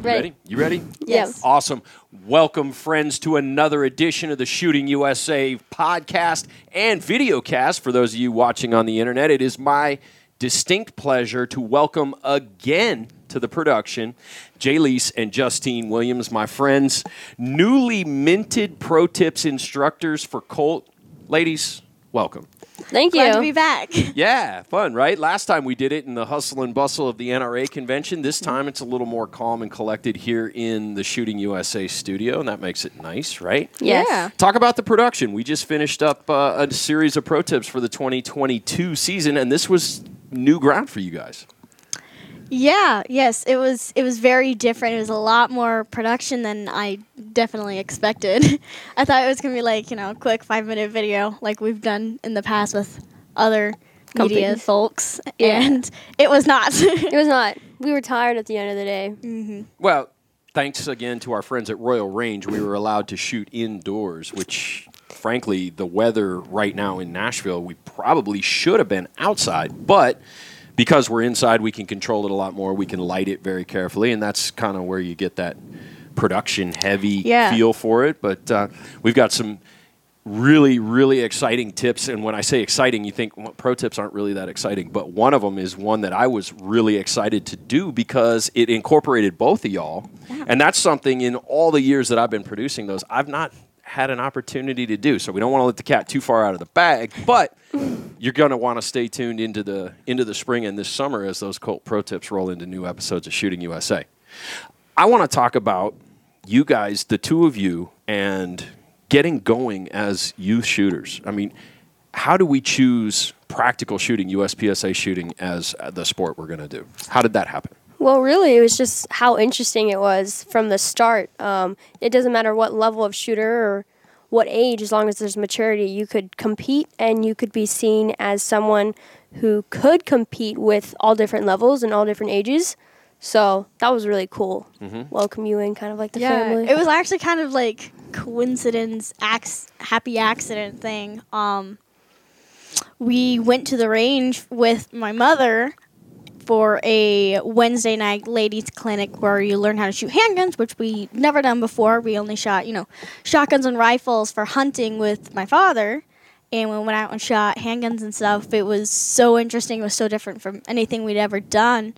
Ready. Ready? You ready? Yes. Awesome. Welcome, friends, to another edition of the Shooting USA podcast and videocast. For those of you watching on the internet, it is my distinct pleasure to welcome again to the production Jay Lease and Justine Williams, my friends, newly minted pro tips instructors for Colt. Ladies, welcome. Thank Glad you. to be back. Yeah, fun, right? Last time we did it in the hustle and bustle of the NRA convention. This time it's a little more calm and collected here in the Shooting USA studio, and that makes it nice, right? yes. Yeah. Talk about the production. We just finished up uh, a series of pro tips for the 2022 season, and this was new ground for you guys. Yeah, yes, it was it was very different. It was a lot more production than I definitely expected. I thought it was going to be like, you know, a quick 5-minute video like we've done in the past with other media Companies. folks Yeah. and it was not. It was not. We were tired at the end of the day. Mm. Well, thanks again to our friends at Royal Range, we were allowed to shoot indoors, which, frankly, the weather right now in Nashville, we probably should have been outside, but. Because we're inside, we can control it a lot more. We can light it very carefully, and that's kind of where you get that production-heavy Yeah. feel for it. But uh, we've got some really, really exciting tips. And when I say exciting, you think well, pro tips aren't really that exciting. But one of them is one that I was really excited to do because it incorporated both of y'all. And that's something in all the years that I've been producing those, I've not had an opportunity to do. So we don't want to let the cat too far out of the bag. But you're going to want to stay tuned into the into the spring and this summer as those Colt pro tips roll into new episodes of Shooting USA. I want to talk about you guys, the two of you, and getting going as youth shooters. I mean, how do we choose practical shooting, USPSA shooting, as uh, the sport we're going to do? How did that happen? Well, really, it was just how interesting it was from the start. Um, it doesn't matter what level of shooter or what age, as long as there's maturity, you could compete and you could be seen as someone who could compete with all different levels and all different ages. So that was really cool. Mm-hmm. Welcome you in, kind of like the family. It was actually kind of like coincidence, acc- happy accident thing. Um, we went to the range with my mother for a Wednesday night ladies clinic where you learn how to shoot handguns, which we never done before. We only shot, you know, shotguns and rifles for hunting with my father. And when we went out and shot handguns and stuff, it was so interesting. It was so different from anything we'd ever done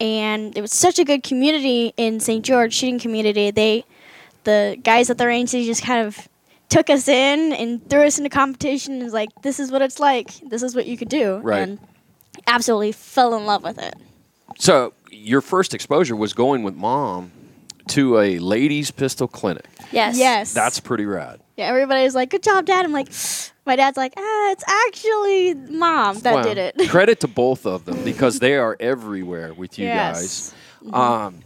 and it was such a good community in St. George shooting community. They, the guys at the range, they just kind of took us in and threw us into competition. And was like, this is what it's like. This is what you could do. Right. And absolutely fell in love with it. So, your first exposure was going with mom to a ladies' pistol clinic. yes. That's pretty rad. Yeah. Everybody's like, good job, dad. I'm like, my dad's like, ah, it's actually mom that Wow. did it. Credit to both of them because they are everywhere with you Yes. guys. Um,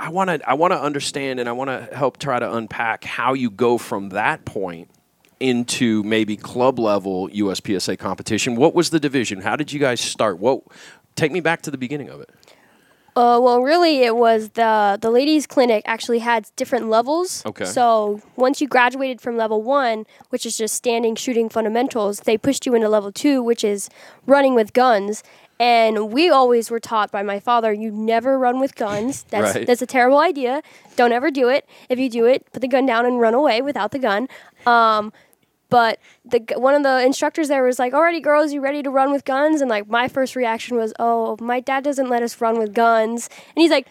I want to I want to understand and I want to help try to unpack how you go from that point into maybe club level USPSA competition. What was the division? How did you guys start? What take me back to the beginning of it? Uh, well, really, it was the the ladies' clinic actually had different levels. Okay. So once you graduated from level one, which is just standing shooting fundamentals, they pushed you into level two, which is running with guns. And we always were taught by my father, you never run with guns. That's Right. that's a terrible idea. Don't ever do it. If you do it, put the gun down and run away without the gun. Um, but the g- one of the instructors there was like, "Alrighty, girls, you ready to run with guns?" And like my first reaction was, "Oh, my dad doesn't let us run with guns," and he's like.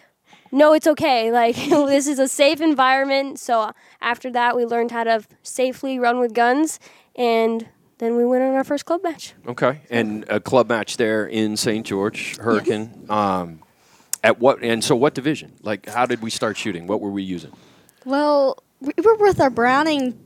No, it's okay. Like this is a safe environment. So after that, we learned how to safely run with guns, and then we went on our first club match. Okay. And a club match there in St. George Hurricane. Um, at what and so what division? Like how did we start shooting? What were we using? Well, we were with our Browning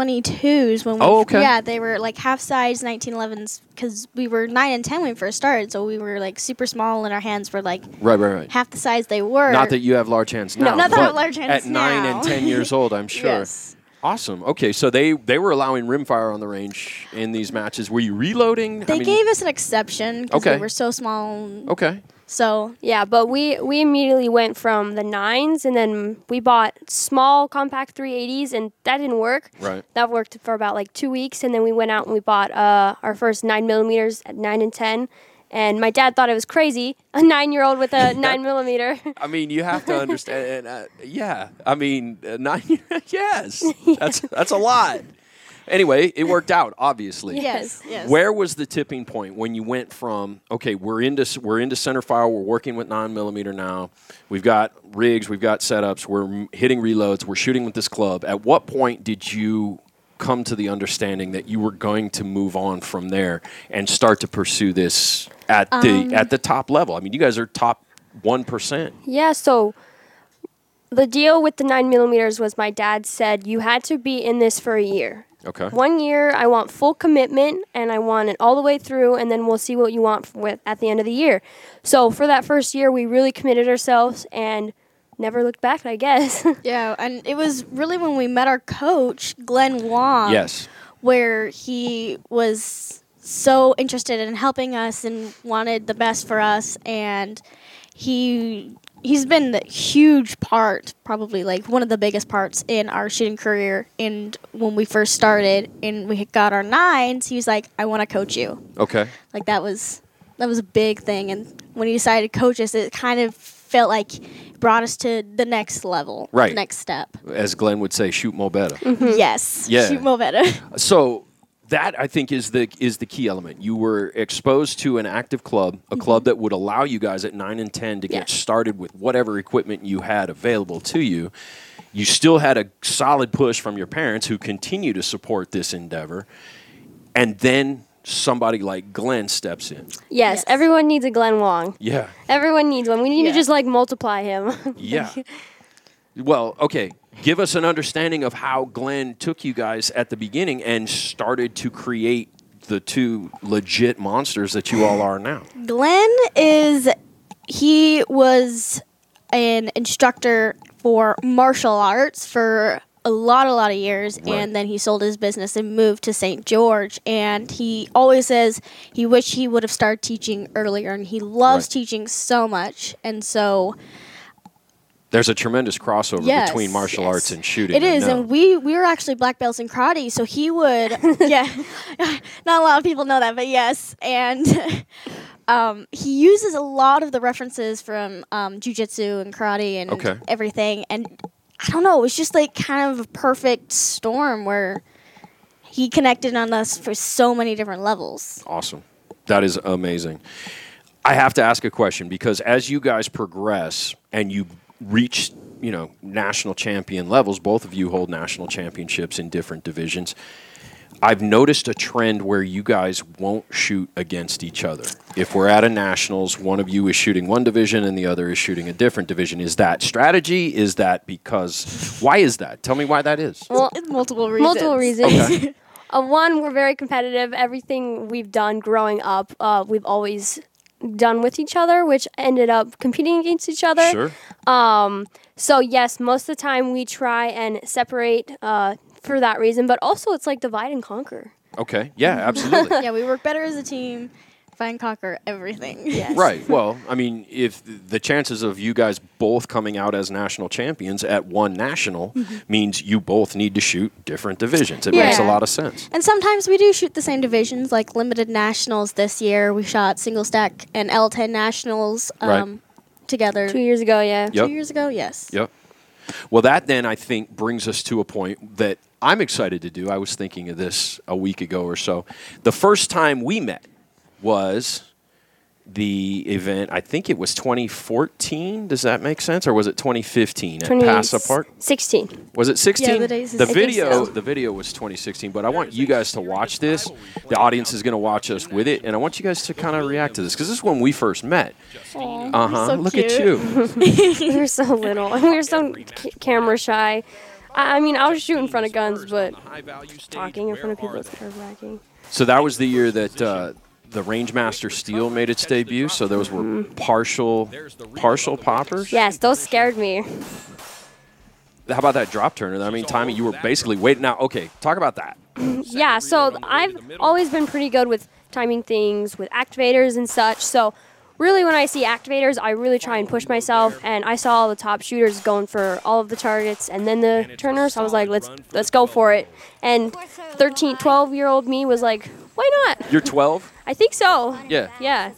22s when we Oh, okay. yeah, they were like half size 1911s cuz we were 9 and 10 when we first started, so we were like super small and our hands were like Right, right, right. half the size they were. Not that you have large hands now. not that I have but large hands At nine now. and ten years old, I'm sure. Yes. Awesome. Okay, so they they were allowing rimfire on the range in these matches. Were you reloading? they gave us an exception cuz Okay. Oh. we were so small. Okay. So, Yeah, but we we immediately went from the nines, and then we bought small compact 380s, and that didn't work. Right. That worked for about like two weeks, and then we went out and we bought uh, our first nine millimeters at nine and ten, and my dad thought it was crazy a nine year old with a nine millimeter. I mean, you have to understand. And, uh, yeah, I mean, uh, nine. yes, that's that's a lot. Anyway, it worked out. Obviously, Yes. Yes. Where was the tipping point when you went from okay, we're into we're into center fire, we're working with nine millimeter now, we've got rigs, we've got setups, we're m- hitting reloads, we're shooting with this club. At what point did you come to the understanding that you were going to move on from there and start to pursue this at the at the top level? I mean, you guys are top one percent. Yeah, so the deal with the nine millimeters was my dad said you had to be in this for a year. Okay. One year, I want full commitment and I want it all the way through, and then we'll see what you want f- with at the end of the year. So for that first year, we really committed ourselves and never looked back. I guess. Yeah, and it was really when we met our coach, Glenn Wong. yes. where he was so interested in helping us and wanted the best for us and he he's been the huge part probably like one of the biggest parts in our shooting career and when we first started and we had got our nines he was like i want to coach you Okay. like that was that was a big thing and when he decided to coach us it kind of felt like brought us to the next level Right. next step As Glenn would say, shoot mo better. yes Yeah. shoot mo better So that I think is the is the key element. You were exposed to an active club, a club that would allow you guys at nine and ten to get Yeah. started with whatever equipment you had available to you. You still had a solid push from your parents who continue to support this endeavor, and then somebody like Glenn steps in. yes, Yes. everyone needs a Glenn Wong. Yeah, Everyone needs one. We need Yeah. to just like multiply him. yeah. well, okay. Give us an understanding of how Glenn took you guys at the beginning and started to create the two legit monsters that you all are now. Glenn is he was an instructor for martial arts for a lot a lot of years Right. and then he sold his business and moved to St. George and he always says he wished he would have started teaching earlier and he loves Right. teaching so much and so There's a tremendous crossover Yes, between martial yes. arts and shooting. it I is know. and we we were actually black belts in karate so he would yeah not a lot of people know that but yes and um, he uses a lot of the references from um, jujitsu and karate and Okay. everything and i don't know it was just like kind of a perfect storm where he connected on us for so many different levels Awesome. That is amazing. I have to ask a question because as you guys progress and you reach, you know, national champion levels, both of you hold national championships in different divisions. I've noticed a trend where you guys won't shoot against each other. If we're at a nationals, one of you is shooting one division and the other is shooting a different division. Is that strategy? Is that because why is that? Tell me why that is. Well, multiple reasons multiple reasons. Uh, one, we're very competitive. Everything we've done growing up, uh, we've always done with each other, which ended up competing against each other. Um, Sure. So yes, most of the time we try and separate uh, for that reason, but also it's like divide and conquer. Okay. Yeah, absolutely. yeah we work better as a team find conquer everything yes Right. Well, I mean, if th- the chances of you guys both coming out as national champions at one national means you both need to shoot different divisions, it makes a Yeah. lot of sense. And sometimes we do shoot the same divisions, like limited nationals this year. We shot single stack and L10 nationals um, Right. together Two years ago, yeah. Yep. two years ago. Yes. Yep. Well, that then I think brings us to a point that I'm excited to do. I was thinking of this a week ago or so. The first time we met was the event, I think it was 2014. Does that make sense? Or was it 2015 at 20 Pass Apart? 16. Was it 16? Yeah, the days is the 16. video the video was 2016, but I want you guys to watch this. The audience is going to watch us with it and I want you guys to kind of react to this cuz this is when we first met. Uh-huh. so Look at cute. you. we were so little, and we were so c- camera shy. I, I mean, I'll shoot in front of guns, but talking in front of people is nerve wracking. So that was the year that uh, the Rangemaster Steel made its debut, so those were Mm-hmm. partial partial poppers. Yes, those scared me. How about that drop turner? I mean, Tommy, you were basically waiting now. Okay, talk about that. yeah, so reload on the way to I've the middle. always been pretty good with timing things with activators and such. So really when I see activators, I really try and push myself and I saw all the top shooters going for all of the targets and then the turners. I was like, let's let's go for it. And 13 12-year-old me was like, why not? You're 12? I think so. Yeah. Yeah.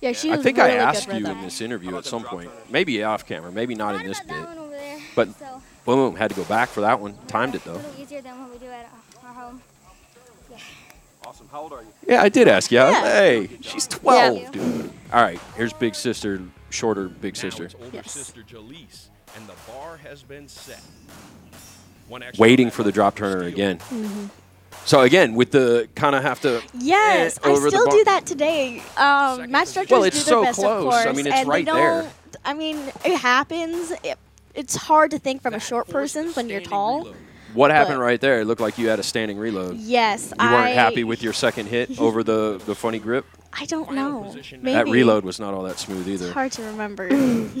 Yeah, she I was think really I asked good you with in that. this interview at the some drop point, on it? maybe off camera, maybe not in this bit. about that one over there. But so boom, boom, had to go back for that one. Timed it it's though. a little easier than what we do at uh, our home. Awesome. How old are you? Yeah, I did ask you. Yeah. Hey, she's 12, Yeah. dude. All right, here's big sister, shorter big sister. Now it's older Yes. sister Jalise, and the bar has been set. One extra Waiting lap for the up drop for turner Steele. again. Mm-hmm. So again, with the kind of have to. Yes, eh, I over the still bar- do that today. Um, Second match position. directors Well, it's do so their best, close. of course, I mean, it's and right they there. don't- I mean, it happens. It, it's hard to think from a That short forced person when you're standing tall. reload. What happened But- right there? It looked like you had a standing reload. You Yes, I weren't happy with your second hit over the the funny grip. I don't Final know. position. Maybe That reload was not all that smooth It's either. hard to remember.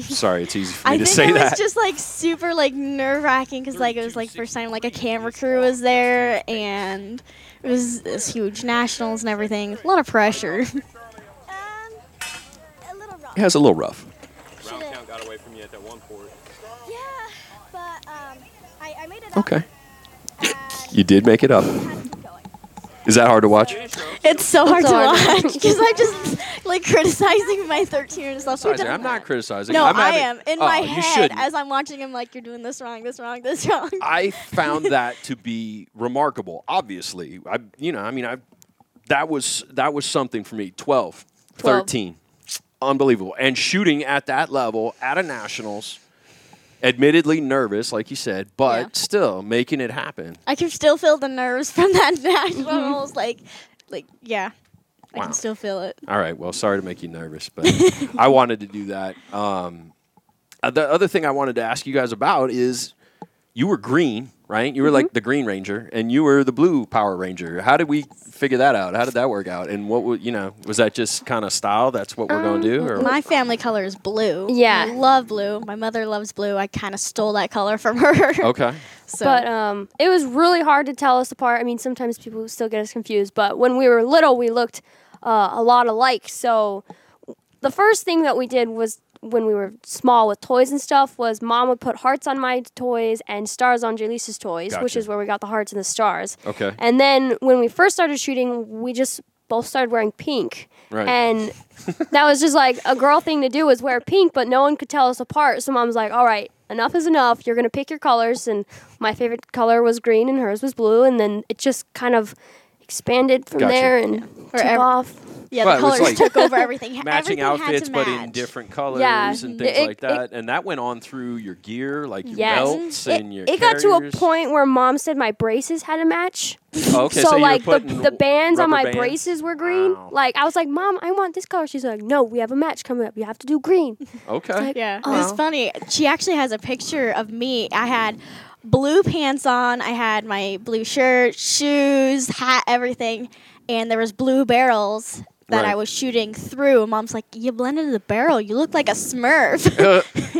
Sorry, it's easy for me I to think say it was that. just like super like nerve wracking because like it was like first time like a camera crew was there and it was this huge nationals and everything. A lot of pressure. Um, a little rough. yeah, it's a little rough. Round count got away from you at that one port. Yeah, but um, I, I made it Okay, and you did make it up. had to keep going. Is that hard to watch? It's so hard It's to hard. watch because I'm just like criticizing my 13 year old self. You're doing I'm not that. criticizing. No, I'm I having- am in Oh, my you head shouldn't. as I'm watching him. Like you're doing this wrong, this wrong, this wrong. I found that to be remarkable. Obviously, I you know, I mean, I that was that was something for me. 12, 12. 13. Unbelievable. And shooting at that level at a nationals, admittedly nervous like you said, but Yeah. still making it happen. I can still feel the nerves from that Mm-hmm. nationals. like, like yeah, I Wow. can still feel it. All right. Well, sorry to make you nervous, but I wanted to do that. Um, uh, the other thing I wanted to ask you guys about is you were green, right? You were Mm-hmm. like the Green Ranger, and you were the Blue Power Ranger. How did we figure that out? How did that work out? And what would you know? Was that just kind of style? That's what we're Um, gonna do, or My family color is blue. Yeah. I love blue. My mother loves blue. I kind of stole that color from her. okay? So But um, it was really hard to tell us apart. I mean, sometimes people still get us confused. But when we were little, we looked uh, a lot alike. So the first thing that we did was when we were small with toys and stuff was mom would put hearts on my toys and stars on Jaleesa's toys, which Gotcha. is where we got the hearts and the stars. Okay. And then when we first started shooting, we just both started wearing pink. Right. And that was just like a girl thing to do was wear pink, but no one could tell us apart. So mom's like, "All right, enough is enough. You're gonna pick your colors." And my favorite color was green, and hers was blue. And then it just kind of expanded from Gotcha. there and took ev- off. yeah, Well, it the was colors like took over everything. Matching everything had outfits, to but in match. different colors Yeah. and things It- like it- that, and that went on through your gear, like your Yes. belts It, and your. it got to a carriers. point where mom said my braces had to match. Okay, so, you were like the, putting the bands on rubber my bands? braces were green. Wow. Like I was like, "Mom, I want this color." She's like, "No, we have a match coming up. You have to do green." Okay. Yeah, Oh. it's funny. She actually has a picture of me. I had blue pants on. I had my blue shirt, shoes, hat, everything, and there was blue barrels that Right. I was shooting through. Mom's like, "You blended the barrel. You look like a Smurf."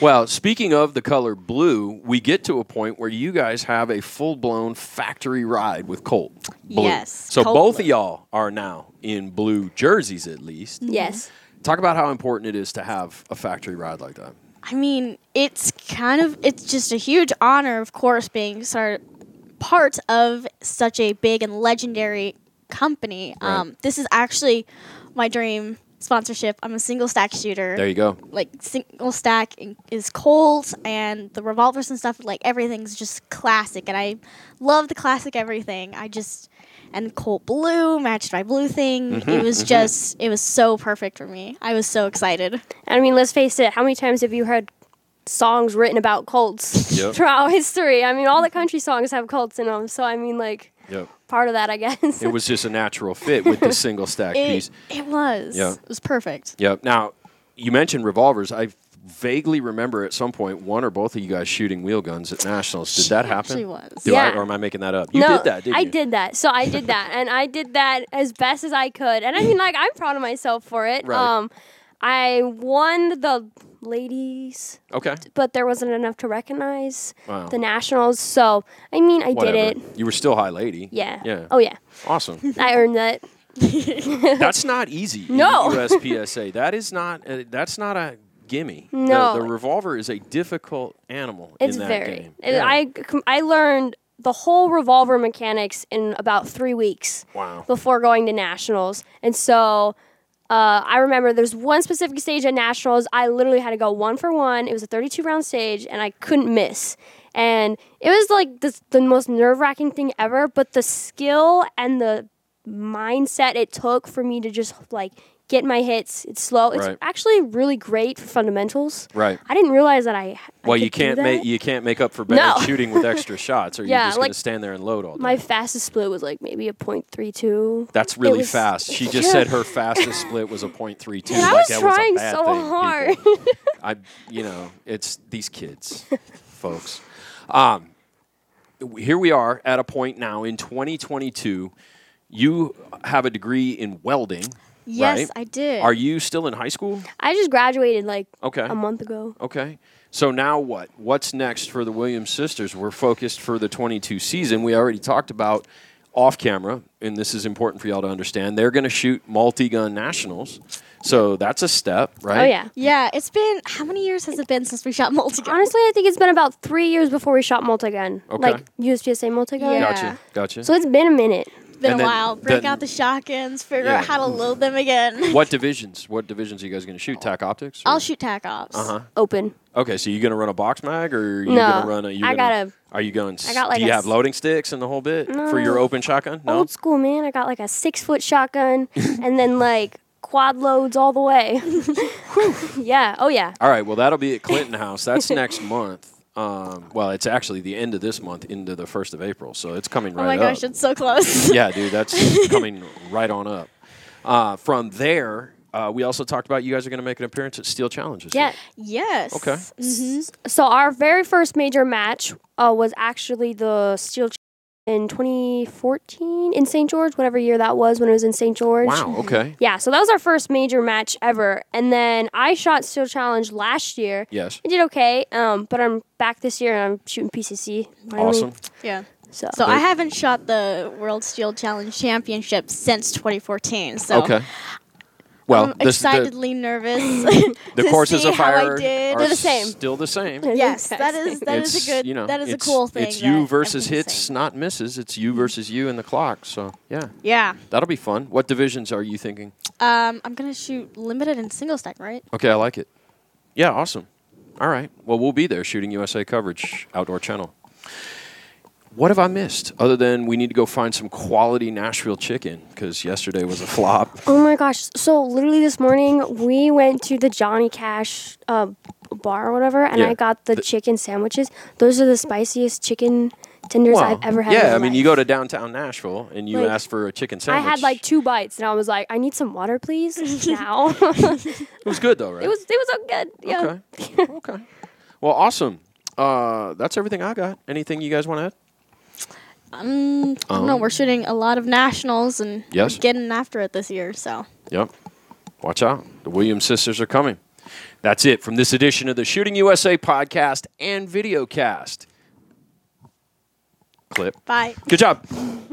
Well, speaking of the color blue, we get to a point where you guys have a full blown factory ride with Colt. Blue. Yes, So Colt both blue. of y'all are now in blue jerseys, at least. yes. Talk about how important it is to have a factory ride like that. I mean, it's kind of it's just a huge honor, of course, being sort part of such a big and legendary company. Right. Um, this is actually my dream sponsorship. I'm a single stack shooter. There you go. like single stack in- is cold and the revolvers and stuff like everything's just classic and i love the classic everything i just and colt blue matched my blue thing Mm-hmm, it was just it was so perfect for me i was so excited I mean, let's face it. How many times have you heard songs written about Colts Yep. throughout history? I mean, all the country songs have Colts in them. So I mean, like Yep. part of that, I guess. It was just a natural fit with the single stack it, piece. it was Yeah. it was perfect Yep. Now, you mentioned revolvers. I vaguely remember at some point one or both of you guys shooting wheel guns at nationals. Did that happen? actually was. Do I, Yeah. or am I making that up? You no, did that, didn't I you? did that. So I did that, and I did that as best as I could. And I mean, like, I'm proud of myself for it. Right. Um, I won the ladies, Okay. but there wasn't enough to recognize Wow. the nationals. So I mean, I Whatever. did it. You were still high lady. Yeah. Yeah. Oh yeah, Awesome. I earned that. That's not easy. in No. the USPSA. That is not. Uh, that's not a gimme. The- No. The, revolver is a difficult animal. It's in that very. Game. it- Yeah. I com- I learned the whole revolver mechanics in about three weeks Wow. before going to nationals, and so Uh, I remember there's one specific stage at nationals. I literally had to go one for one. It was a 32 round stage, and I couldn't miss. And it was like the, the most nerve wracking thing ever. But the skill and the mindset it took for me to just like get my hits. It's slow. It's Right. actually really great for fundamentals. Right. I didn't realize that I. I Well, you could do can't that. make you can't make up for bad No. shooting with extra shots, or Yeah, you're just like, gonna stand there and load all day. My fastest split was like maybe a .32. That's really was- fast. She just Yeah. said her fastest split was a point three two. And I like was that trying was a bad so thing, hard. people. I, you know, it's these kids, folks. Um, here we are at a point now in 2022. You have a degree in welding. Yes, right? I did. Are you still in high school? I just graduated like Okay. a month ago. Okay. So now what? What's next for the Williams sisters? We're focused for the 22 season. We already talked about off camera, and this is important for y'all to understand. They're going to shoot multi gun nationals. So that's a step, right? Oh yeah. yeah, it's been how many years has it been since we shot multi? Honestly, I think it's been about three years before we shot multigun, Okay. like USPSA multigun. Yeah. Gotcha. Gotcha. So it's been a minute. been a and then while. Break the- out the shotguns. Figure Yeah. out how to load them again. what divisions? What divisions are you guys going to shoot? Tac optics? I'll shoot tac ops. Uh huh. Open. Okay, so you gonna run a box mag, or are you No, gonna run a? You I gonna, got a- Are you going? s- got like do you a have s- loading sticks and the whole bit for No. Oh, your open shotgun? No. Old school man. I got like a six foot shotgun, and then like quad loads all the way. yeah. Oh yeah. All right. Well, that'll be at Clinton House. That's next month. Um, well, it's actually the end of this month into the first of April, so it's coming right oh my up. gosh, it's so close. yeah, dude, that's coming right on up. Uh, from there, uh, we also talked about you guys are going to make an appearance at Steel Challenges. Yeah. yes. Okay. Mm-hmm. Mm-hmm. hmm So our very first major match uh, was actually the steel. Ch- in 2014 in St. George, whatever year that was when it was in St. George. Wow. Okay. Yeah, so that was our first major match ever. And then I shot Steel Challenge last year. Yes. I did okay, um, but I'm back this year and I'm shooting PCC. finally. Awesome. Yeah. So, So I Great. haven't shot the World Steel Challenge Championship since 2014. So Okay. Well, I'm this, the, excitedly nervous. the to courses see of how I fire did. are They're the same. Still the same. yes, that is that is It's, a good You know, that is a it's- cool thing. It's that you I've versus been hits, seeing. not misses. It's you versus you and the clock. So yeah, Yeah. that'll be fun. What divisions are you thinking? Um, I'm gonna shoot limited and single stack, right? Okay, I like it. Yeah, awesome. All right. Well, we'll be there shooting USA coverage, Outdoor Channel. What have I missed other than we need to go find some quality Nashville chicken because yesterday was a flop? Oh my gosh. So literally this morning we went to the Johnny Cash uh, bar or whatever and Yeah. I got the, The- chicken sandwiches. Those are the spiciest chicken tenders I've ever had. in yeah, my I mean, life. you go to downtown Nashville and you Like, ask for a chicken I sandwich. had like two bites and I was like, I need some water, please. Now it was It was good though, right? it was so good. Yeah. Okay. okay. Well, awesome. Uh, that's everything I got. Anything you guys want to add? Um, I don't know. Um, We're shooting a lot of nationals and Yes. getting after it this year. So Yep. Watch out. The Williams sisters are coming. That's it from this edition of the Shooting USA podcast and videocast. Clip. bye. Good job.